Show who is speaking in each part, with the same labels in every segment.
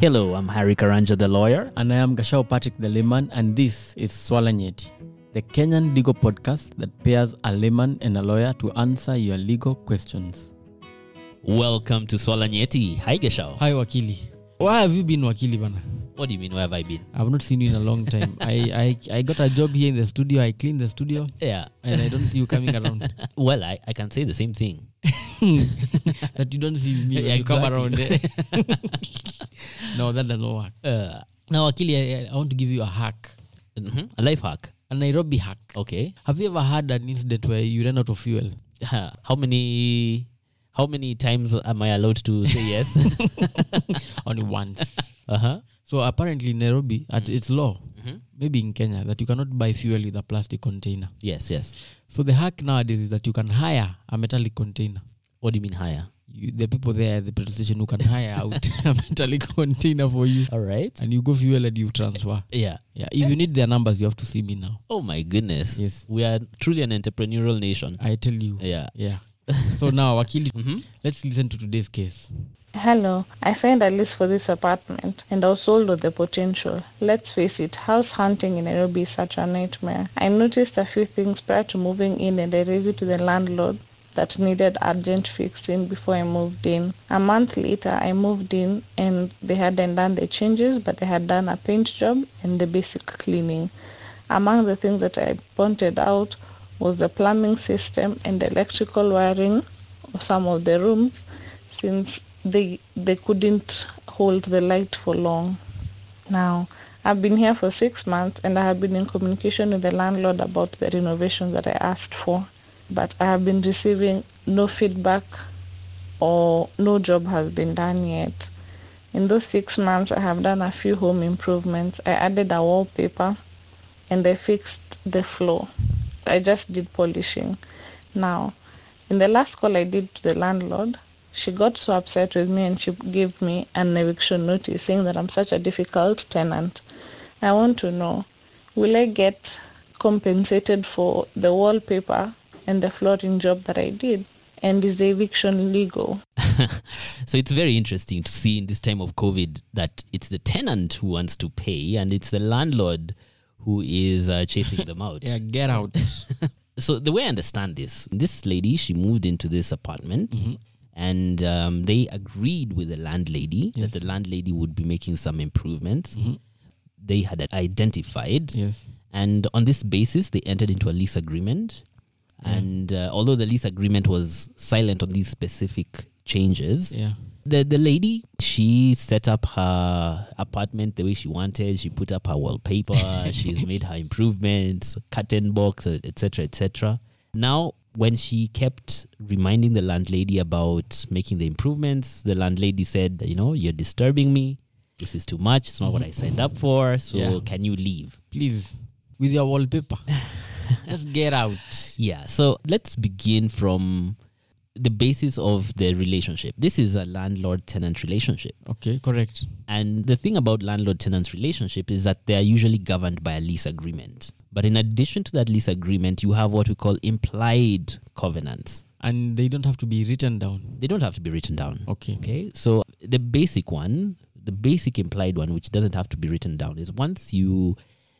Speaker 1: Hello, I'm Harry Karanja, the lawyer.
Speaker 2: And I am Gashao Patrick the layman, and this is Swala Nyeti, the Kenyan legal podcast that pairs a layman and a lawyer to answer your legal questions.
Speaker 1: Welcome to Swala Nyeti. Hi, Geshao.
Speaker 2: Hi, Wakili. Where have you been, Wakili Bana?
Speaker 1: What do you mean, where have I been?
Speaker 2: I've not seen you in a long time. I, I, I got a job here in the studio, I clean the studio,
Speaker 1: Yeah.
Speaker 2: and I don't see you coming around.
Speaker 1: Well, I, I can say the same thing.
Speaker 2: that you don't see me when
Speaker 1: Yeah,
Speaker 2: you come
Speaker 1: exactly.
Speaker 2: around. eh? no, that does not work.
Speaker 1: Uh,
Speaker 2: Now, Wakili, I, I want to give you a hack,
Speaker 1: mhm, A life hack.
Speaker 2: a Nairobi hack.
Speaker 1: Okay.
Speaker 2: Have you ever had an incident where you ran out of fuel?
Speaker 1: Uh, how many how many times am I allowed to say yes?
Speaker 2: Only once.
Speaker 1: uh-huh.
Speaker 2: So apparently in Nairobi, at its law, maybe in Kenya, that you cannot buy fuel with a plastic container.
Speaker 1: Yes, yes.
Speaker 2: So the hack nowadays is that you can hire a metallic container.
Speaker 1: What do you mean higher?
Speaker 2: You, the people there at the petrol station who can hire out a metallic container for you,
Speaker 1: All right.
Speaker 2: and you go fuel and you transfer.
Speaker 1: Yeah.
Speaker 2: Yeah, if you need their numbers, you have to see me now.
Speaker 1: Oh my goodness.
Speaker 2: Yes.
Speaker 1: We are truly an entrepreneurial nation.
Speaker 2: I tell you.
Speaker 1: Yeah.
Speaker 2: Yeah. so now, Wakili, let's listen to today's case.
Speaker 3: Hello, I signed a lease for this apartment and I was sold with the potential. Let's face it, house hunting in Nairobi is such a nightmare. I noticed a few things prior to moving in and I raised it to the landlord that needed urgent fixing before I moved in. A month later, I moved in and they hadn't done the changes but they had done a paint job and the basic cleaning. Among the things that I pointed out was the plumbing system and electrical wiring of some of the rooms since they they couldn't hold the light for long. Now, I've been here for six months and I have been in communication with the landlord about the renovation that I asked for, but I have been receiving no feedback or no job has been done yet. In those six months, I have done a few home improvements. I added a wallpaper and I fixed the floor. I just did polishing. Now, in the last call I did to the landlord, she got so upset with me and she gave me an eviction notice saying that I'm such a difficult tenant. I want to know, will I get compensated for the wallpaper and the flooring job that I did? And is the eviction legal?
Speaker 1: So it's very interesting to see in this time of COVID that it's the tenant who wants to pay and it's the landlord who is uh, chasing them out.
Speaker 2: Yeah, get out.
Speaker 1: So the way I understand this, this lady she moved into this apartment.
Speaker 2: Mm-hmm.
Speaker 1: And um, they agreed with the landlady that the landlady would be making some improvements.
Speaker 2: Mm-hmm.
Speaker 1: They had identified
Speaker 2: yes.
Speaker 1: and on this basis, they entered into a lease agreement. And uh, although the lease agreement was silent on these specific changes,
Speaker 2: Yeah.
Speaker 1: the, the lady, she set up her apartment the way she wanted. She put up her wallpaper. she's made her improvements, curtain box, e, etc., etc. Now, when she kept reminding the landlady about making the improvements, the landlady said, "You know, you're disturbing me. This is too much. It's not what I signed up for. So,
Speaker 2: Yeah.
Speaker 1: can you leave?"
Speaker 2: Please, with your wallpaper, just get out.
Speaker 1: Yeah. So let's begin from the basis of the relationship. This is a landlord tenant relationship.
Speaker 2: Okay, correct.
Speaker 1: And the thing about landlord tenant relationship is that they are usually governed by a lease agreement. But in addition to that lease agreement, you have what we call implied covenants.
Speaker 2: And they don't have to be written down.
Speaker 1: They don't have to be written down.
Speaker 2: Okay.
Speaker 1: Okay. So the basic one, the basic implied one, which doesn't have to be written down, is once you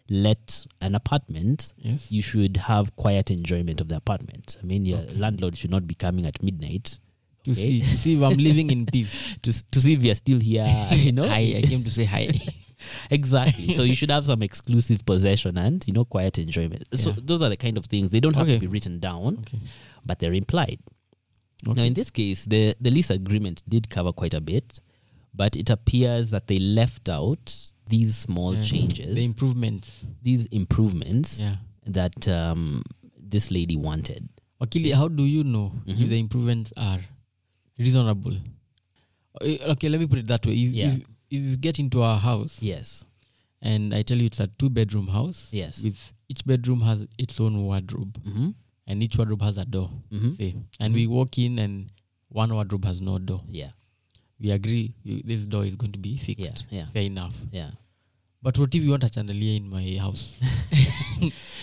Speaker 1: let an apartment,
Speaker 2: Yes.
Speaker 1: you should have quiet enjoyment of the apartment. I mean, your landlord should not be coming at midnight
Speaker 2: To
Speaker 1: Okay.
Speaker 2: see, to see if I'm living in peace.
Speaker 1: to, s- to see if you're still here, you know?
Speaker 2: Hi, I came to say hi.
Speaker 1: exactly. So you should have some exclusive possession and, you know, quiet enjoyment. So
Speaker 2: Yeah.
Speaker 1: those are the kind of things. They don't have to
Speaker 2: Okay.
Speaker 1: be written down,
Speaker 2: Okay.
Speaker 1: but they're implied. Now,
Speaker 2: Okay.
Speaker 1: in this case, the, the lease agreement did cover quite a bit, but it appears that they left out these small
Speaker 2: Yeah.
Speaker 1: changes,
Speaker 2: The improvements.
Speaker 1: these improvements
Speaker 2: Yeah.
Speaker 1: that um, this lady wanted.
Speaker 2: Wakili, how do you know
Speaker 1: Mm-hmm.
Speaker 2: if the improvements are reasonable? Eh, Okay, let me put it that way. If,
Speaker 1: Yeah.
Speaker 2: if, if you get into our house
Speaker 1: Yes.
Speaker 2: and I tell you it's a two bedroom house,
Speaker 1: Yes.
Speaker 2: with each bedroom has its own wardrobe
Speaker 1: hmm
Speaker 2: and each wardrobe has a door,
Speaker 1: Mhm.
Speaker 2: say, and we walk in and one wardrobe has no door.
Speaker 1: Yeah.
Speaker 2: we agree you, this door is going to be fixed.
Speaker 1: Yeah. Yeah.
Speaker 2: Fair enough.
Speaker 1: Yeah.
Speaker 2: But what if you want a chandelier in my house?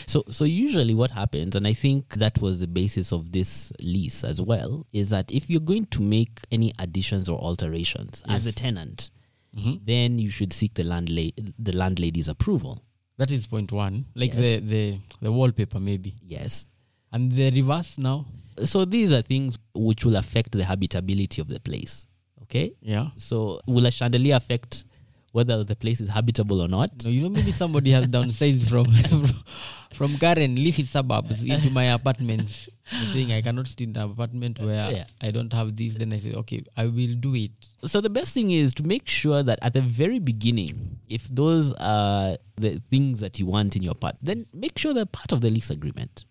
Speaker 1: So, so usually what happens, and I think that was the basis of this lease as well, is that if you're going to make any additions or alterations as a tenant, then you should seek the landla- the landlady's approval.
Speaker 2: That is point one. Like
Speaker 1: Yes.
Speaker 2: the, the the wallpaper maybe.
Speaker 1: Yes.
Speaker 2: And the reverse now.
Speaker 1: So these are things which will affect the habitability of the place. Okay.
Speaker 2: Yeah.
Speaker 1: So will a chandelier affect whether the place is habitable or not?
Speaker 2: No, you know maybe somebody has downsized from from Karen leafy suburbs into my apartments. He's saying I cannot stay in an apartment where
Speaker 1: Yeah.
Speaker 2: I don't have this. Then I say, okay, I will do it.
Speaker 1: So the best thing is to make sure that at the very beginning, if those are the things that you want in your part, then make sure they're part of the lease agreement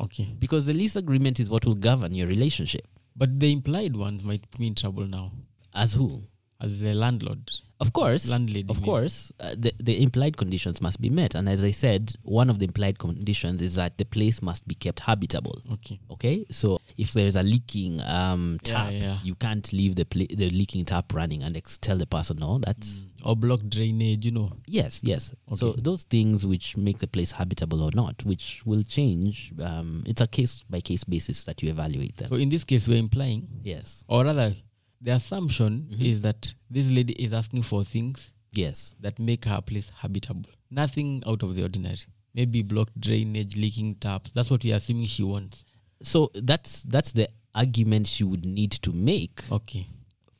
Speaker 2: Okay.
Speaker 1: because the lease agreement is what will govern your relationship.
Speaker 2: But the implied ones might put me in trouble now
Speaker 1: As who?
Speaker 2: as the landlord.
Speaker 1: Of course,
Speaker 2: Landlady
Speaker 1: of
Speaker 2: maybe.
Speaker 1: course, uh, the, the implied conditions must be met. And as I said, one of the implied conditions is that the place must be kept habitable.
Speaker 2: Okay.
Speaker 1: Okay, so if there's a leaking um,
Speaker 2: Yeah,
Speaker 1: tap,
Speaker 2: yeah.
Speaker 1: you can't leave the pla- the leaking tap running and ex- tell the person no. That's
Speaker 2: Or block drainage, you know.
Speaker 1: yes, yes. So those things which make the place habitable or not, which will change. Um, it's a case by case basis that you evaluate them.
Speaker 2: So in this case, we're implying,
Speaker 1: yes,
Speaker 2: or rather, the assumption
Speaker 1: Mm-hmm.
Speaker 2: is that this lady is asking for things
Speaker 1: yes,
Speaker 2: that make her place habitable. Nothing out of the ordinary. Maybe blocked drainage, leaking taps. That's what we're assuming she wants.
Speaker 1: so that's that's the argument you would need to make
Speaker 2: Okay.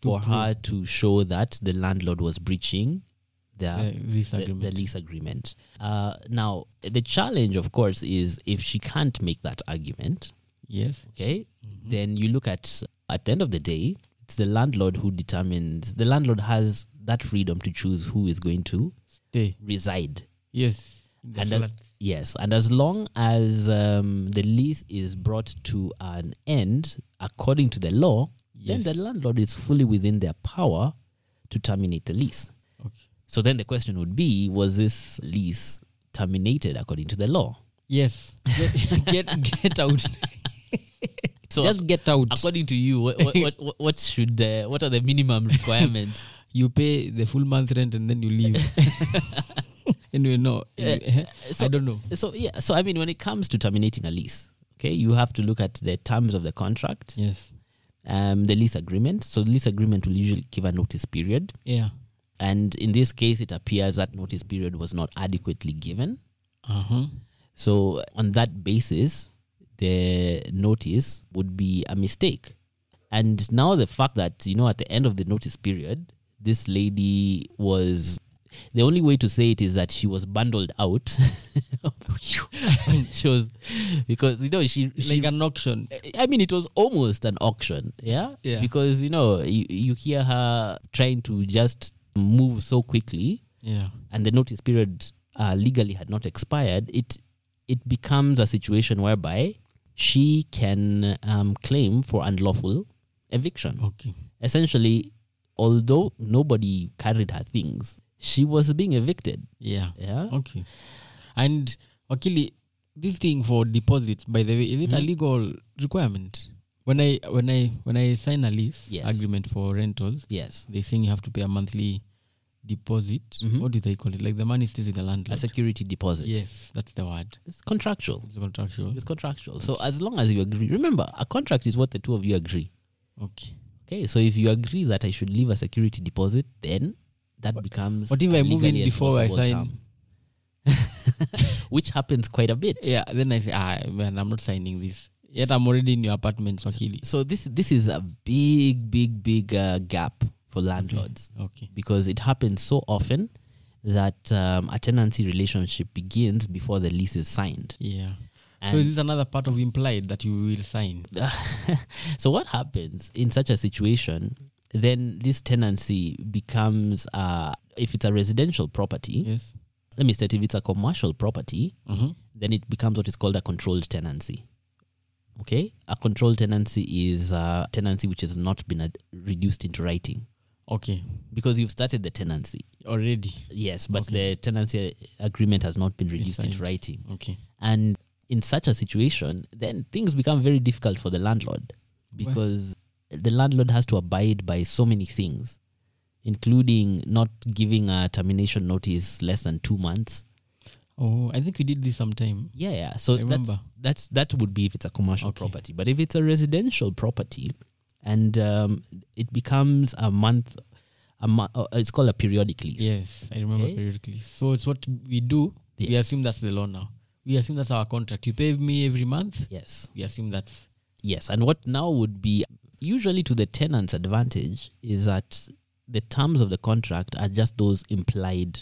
Speaker 1: for her to show that the landlord was breaching Ah, the,
Speaker 2: The lease
Speaker 1: the, the
Speaker 2: agreement.
Speaker 1: lease agreement. Uh, now, the challenge, of course, is if she can't make that argument,
Speaker 2: Yes.
Speaker 1: okay, then you look at, at the end of the day, it's the landlord who determines, the landlord has that freedom to choose who is going to
Speaker 2: Stay.
Speaker 1: reside.
Speaker 2: Yes. In the
Speaker 1: and a-
Speaker 2: flat.
Speaker 1: yes, and as long as um, the lease is brought to an end according to the law,
Speaker 2: Yes.
Speaker 1: then the landlord is fully within their power to terminate the lease.
Speaker 2: Okay.
Speaker 1: So then the question would be: Was this lease terminated according to the law?
Speaker 2: Yes. Get get, get out.
Speaker 1: So
Speaker 2: Just get out.
Speaker 1: according to you, what what, what, what should uh, what are the minimum requirements?
Speaker 2: You pay the full month rent and then you leave. anyway, no.
Speaker 1: Eh,
Speaker 2: eh,
Speaker 1: so-
Speaker 2: I don't know.
Speaker 1: so yeah, so I mean, when it comes to terminating a lease, okay, you have to look at the terms of the contract.
Speaker 2: Yes.
Speaker 1: um, the lease agreement. So the lease agreement will usually give a notice period,
Speaker 2: Yeah.
Speaker 1: and in this case, it appears that notice period was not adequately given.
Speaker 2: Uh
Speaker 1: Uh-huh.
Speaker 2: huh.
Speaker 1: So on that basis, the notice would be a mistake. And now the fact that you know at the end of the notice period, this lady was. The only way to say it is that she was bundled out. she was because you know she, she eh,
Speaker 2: Like an auction.
Speaker 1: I mean, it was almost an auction, yeah,
Speaker 2: Yeah.
Speaker 1: Because you know, you, you hear her trying to just move so quickly,
Speaker 2: Yeah.
Speaker 1: and the notice period uh, legally had not expired. It it becomes a situation whereby she can um, claim for unlawful eviction.
Speaker 2: Okay.
Speaker 1: Essentially, although nobody carried her things, she was being evicted.
Speaker 2: Yeah.
Speaker 1: Yeah,
Speaker 2: Okay. And Wakili, this thing for deposits, by the way, is
Speaker 1: Hmm?
Speaker 2: it a legal requirement? When I when I when I sign a lease
Speaker 1: Yes.
Speaker 2: agreement for rentals,
Speaker 1: yes,
Speaker 2: they saying you have to pay a monthly deposit.
Speaker 1: Mm-hmm.
Speaker 2: What do they call it? Like the money stays with the
Speaker 1: a
Speaker 2: landlord.
Speaker 1: security deposit.
Speaker 2: yes, that's the word.
Speaker 1: it's contractual.
Speaker 2: It's contractual.
Speaker 1: It's contractual. So as long as you agree, remember, a contract is what the two of you agree.
Speaker 2: Okay.
Speaker 1: Okay, so if you agree that I should leave a security deposit, then that becomes
Speaker 2: What if I
Speaker 1: a
Speaker 2: move in
Speaker 1: legally
Speaker 2: before I
Speaker 1: enforceable
Speaker 2: sign?
Speaker 1: term, which happens quite a bit.
Speaker 2: Yeah. Then I say, ah, man, I'm not signing this. Yet I'm already in your apartment, Wakili.
Speaker 1: So this this is a big, big, big uh, gap for landlords
Speaker 2: Okay.
Speaker 1: because it happens so often that um, a tenancy relationship begins before the lease is signed.
Speaker 2: Yeah. so
Speaker 1: And-
Speaker 2: is this another part of implied that you will sign?
Speaker 1: so what happens in such a situation? Then this tenancy becomes, uh, if it's a residential property,
Speaker 2: Yes.
Speaker 1: let me state if it's a commercial property,
Speaker 2: Mhm.
Speaker 1: then it becomes what is called a controlled tenancy. Okay, a controlled tenancy is a tenancy which has not been ad- reduced into writing
Speaker 2: Okay.
Speaker 1: because you've started the tenancy.
Speaker 2: Already.
Speaker 1: Yes, but the tenancy agreement has not been reduced into
Speaker 2: signed.
Speaker 1: writing.
Speaker 2: Okay.
Speaker 1: And in such a situation, then things become very difficult for the landlord because the landlord has to abide by so many things, including not giving a termination notice less than two months.
Speaker 2: Oh, I think we did this sometime.
Speaker 1: Yeah, yeah. So that's,
Speaker 2: remember.
Speaker 1: that's that would be if it's a commercial
Speaker 2: Okay.
Speaker 1: property, but if it's a residential property, and um, it becomes a month, a mo- uh, it's called a periodic lease.
Speaker 2: Yes, Eh? I remember
Speaker 1: Okay.
Speaker 2: periodically. So it's what we do. We assume that's the loan now. We assume that's our contract. You pay me every month.
Speaker 1: Yes.
Speaker 2: We assume that's
Speaker 1: Yes, and what now would be usually to the tenant's advantage is that the terms of the contract are just those implied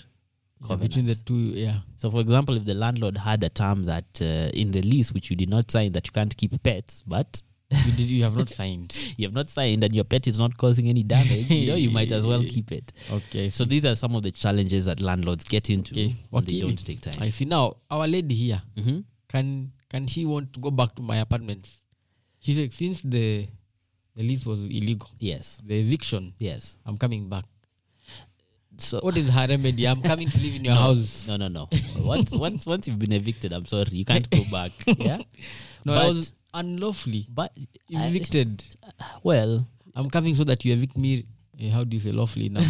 Speaker 2: yeah, between the
Speaker 1: covenants.
Speaker 2: two. Yeah,
Speaker 1: so, for example, if the landlord had a term that uh, in the lease which you did not sign that you can't keep pets, but
Speaker 2: you, did, you have not signed.
Speaker 1: you have not signed and your pet is not causing any damage, you know, you might as well keep it.
Speaker 2: Okay,
Speaker 1: So,
Speaker 2: so
Speaker 1: these are some of the challenges that landlords get into
Speaker 2: Okay,
Speaker 1: when they
Speaker 2: okay.
Speaker 1: don't take time.
Speaker 2: I see. Now our lady here
Speaker 1: Mhm.
Speaker 2: can can she want to go back to my apartments? She said since the the lease was illegal,
Speaker 1: Yes,
Speaker 2: the eviction.
Speaker 1: yes.
Speaker 2: I'm coming back.
Speaker 1: So,
Speaker 2: What is her remedy? I'm coming to live in your house.
Speaker 1: no, no, no. once, once, once you've been evicted, I'm sorry, you can't go back. Yeah.
Speaker 2: No, I
Speaker 1: but-
Speaker 2: was unlawfully
Speaker 1: But I-
Speaker 2: evicted.
Speaker 1: well,
Speaker 2: I'm coming so that you evict me. eh, How do you say lawfully now?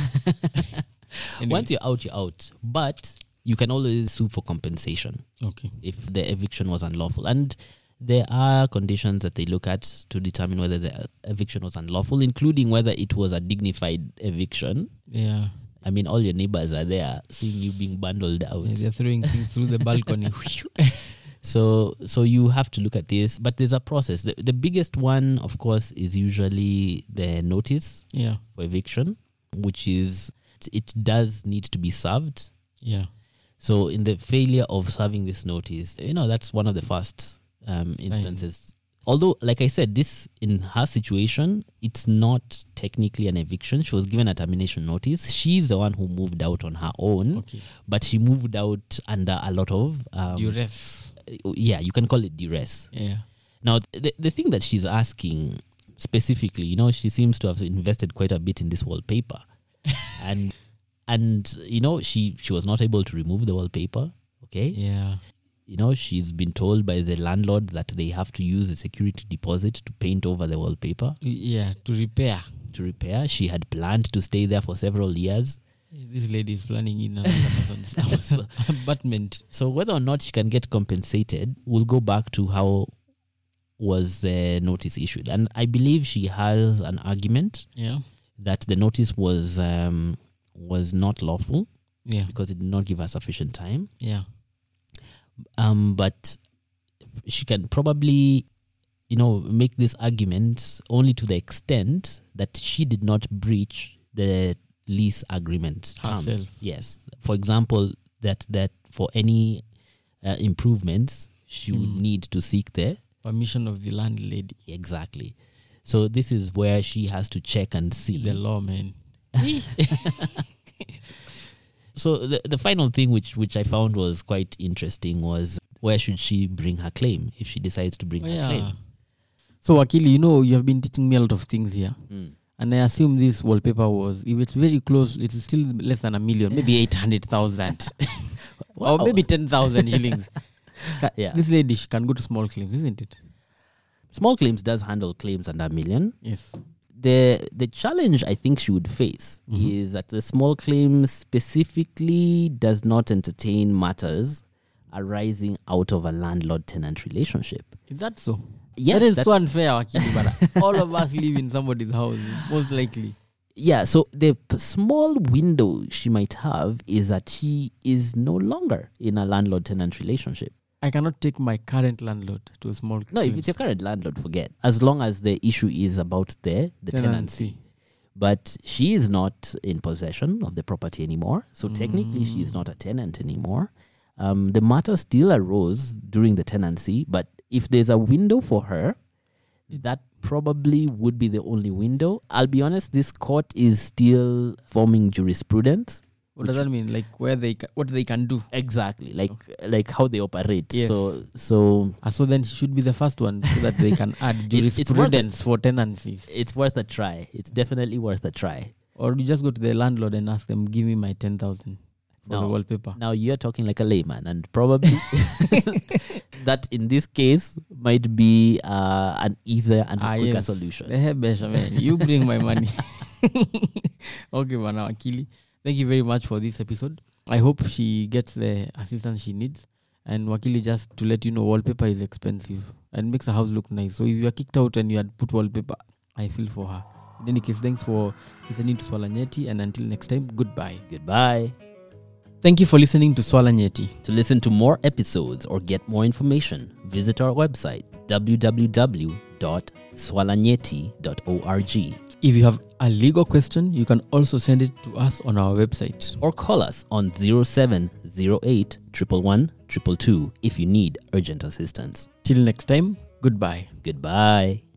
Speaker 2: Anyway.
Speaker 1: once you're out, you're out. But you can always sue for compensation
Speaker 2: Okay.
Speaker 1: if the eviction was unlawful. And there are conditions that they look at to determine whether the eviction was unlawful, including whether it was a dignified eviction.
Speaker 2: Yeah.
Speaker 1: I mean, all your neighbors are there seeing you being bundled out.
Speaker 2: Yeah, they're throwing things through the balcony.
Speaker 1: So, so you have to look at this, but there's a process. The, the biggest one, of course, is usually the notice
Speaker 2: yeah.
Speaker 1: for eviction, which is it does need to be served.
Speaker 2: Yeah.
Speaker 1: So, in the failure of serving this notice, you know, that's one of the first um, instances. Although, like I said, this in her situation, it's not technically an eviction. She was given a termination notice. She's the one who moved out on her own,
Speaker 2: Okay.
Speaker 1: but she moved out under a lot of, um,
Speaker 2: Duress.
Speaker 1: yeah, you can call it duress.
Speaker 2: Yeah.
Speaker 1: Now, the, the thing that she's asking specifically, you know, she seems to have invested quite a bit in this wallpaper, and and you know, she she was not able to remove the wallpaper. Okay,
Speaker 2: Yeah.
Speaker 1: you know, she's been told by the landlord that they have to use a security deposit to paint over the wallpaper
Speaker 2: Yeah. To repair.
Speaker 1: to repair. She had planned to stay there for several years.
Speaker 2: This lady is planning in another person's house. apartment.
Speaker 1: So whether or not she can get compensated, we'll go back to how was the notice issued, and I believe she has an argument
Speaker 2: Yeah.
Speaker 1: that the notice was um, was not lawful
Speaker 2: Yeah.
Speaker 1: because it did not give her sufficient time.
Speaker 2: Yeah.
Speaker 1: Um, but she can probably, you know, make this argument only to the extent that she did not breach the lease agreement terms.
Speaker 2: Herself.
Speaker 1: Yes, for example, that that for any uh, improvements she would
Speaker 2: Hmm.
Speaker 1: need to seek the
Speaker 2: Permission of the landlady.
Speaker 1: exactly. So this is where she has to check and see
Speaker 2: The law, man.
Speaker 1: so the, the final thing which which i found was quite interesting was where should she bring her claim if she decides to bring her claim
Speaker 2: Oh, Yeah. So Wakili, you know you have been teaching me a lot of things here.
Speaker 1: Hmm.
Speaker 2: And I assume this wallpaper was if it's very close, it's still less than a million, maybe eight hundred thousand. or maybe ten thousand shillings. Ca-
Speaker 1: Yeah.
Speaker 2: This lady she can go to small claims, isn't it?
Speaker 1: small claims does handle claims under a million
Speaker 2: Yes.
Speaker 1: the the challenge i think she would face
Speaker 2: Mm-hmm.
Speaker 1: is that the small claim specifically does not entertain matters arising out of a landlord tenant relationship
Speaker 2: Is that so?
Speaker 1: Yes,
Speaker 2: that is
Speaker 1: that's-
Speaker 2: so unfair, Wakili, but all of us live in somebody's house, most likely.
Speaker 1: yeah so the p- small window she might have is that she is no longer in a landlord tenant relationship
Speaker 2: I cannot take my current landlord to a small
Speaker 1: No, if it's your current landlord, forget. As long as the issue is about the, the tenancy. But she is not in possession of the property anymore. So technically, she is not a tenant anymore. Um, the matter still arose during the tenancy. But if there's a window for her, that probably would be the only window. I'll be honest, this court is still forming jurisprudence.
Speaker 2: What does that mean? Like where they ca- what they can do.
Speaker 1: Exactly, like like how they operate.
Speaker 2: Yes.
Speaker 1: So so
Speaker 2: Ah, so then she should be the first one so that they can add
Speaker 1: It's- it's worth it.
Speaker 2: jurisprudence for tenancies.
Speaker 1: it's worth a try. It's definitely worth a try.
Speaker 2: Or you just go to the landlord and ask them, give me my 10,000 for the
Speaker 1: No.
Speaker 2: wallpaper.
Speaker 1: Now you're talking like a layman, and probably that in this case might be uh, an easier and
Speaker 2: Ah,
Speaker 1: quicker
Speaker 2: yes.
Speaker 1: solution.
Speaker 2: Eh, Besha, man, you bring my money. okay, Bana Akili. Thank you very much for this episode. I hope she gets the assistance she needs. And Wakili, just to let you know, wallpaper is expensive and makes a house look nice. So if you are kicked out and you had put wallpaper, I feel for her. In any case, thanks for listening to Swala Nyeti, and until next time, goodbye.
Speaker 1: Goodbye.
Speaker 2: Thank you for listening to Swala Nyeti.
Speaker 1: To listen to more episodes or get more information, visit our website www.swalanyeti.org
Speaker 2: If you have a legal question, you can also send it to us on our website.
Speaker 1: or call us on 0708 111 222 if you need urgent assistance.
Speaker 2: Till next time, goodbye.
Speaker 1: Goodbye.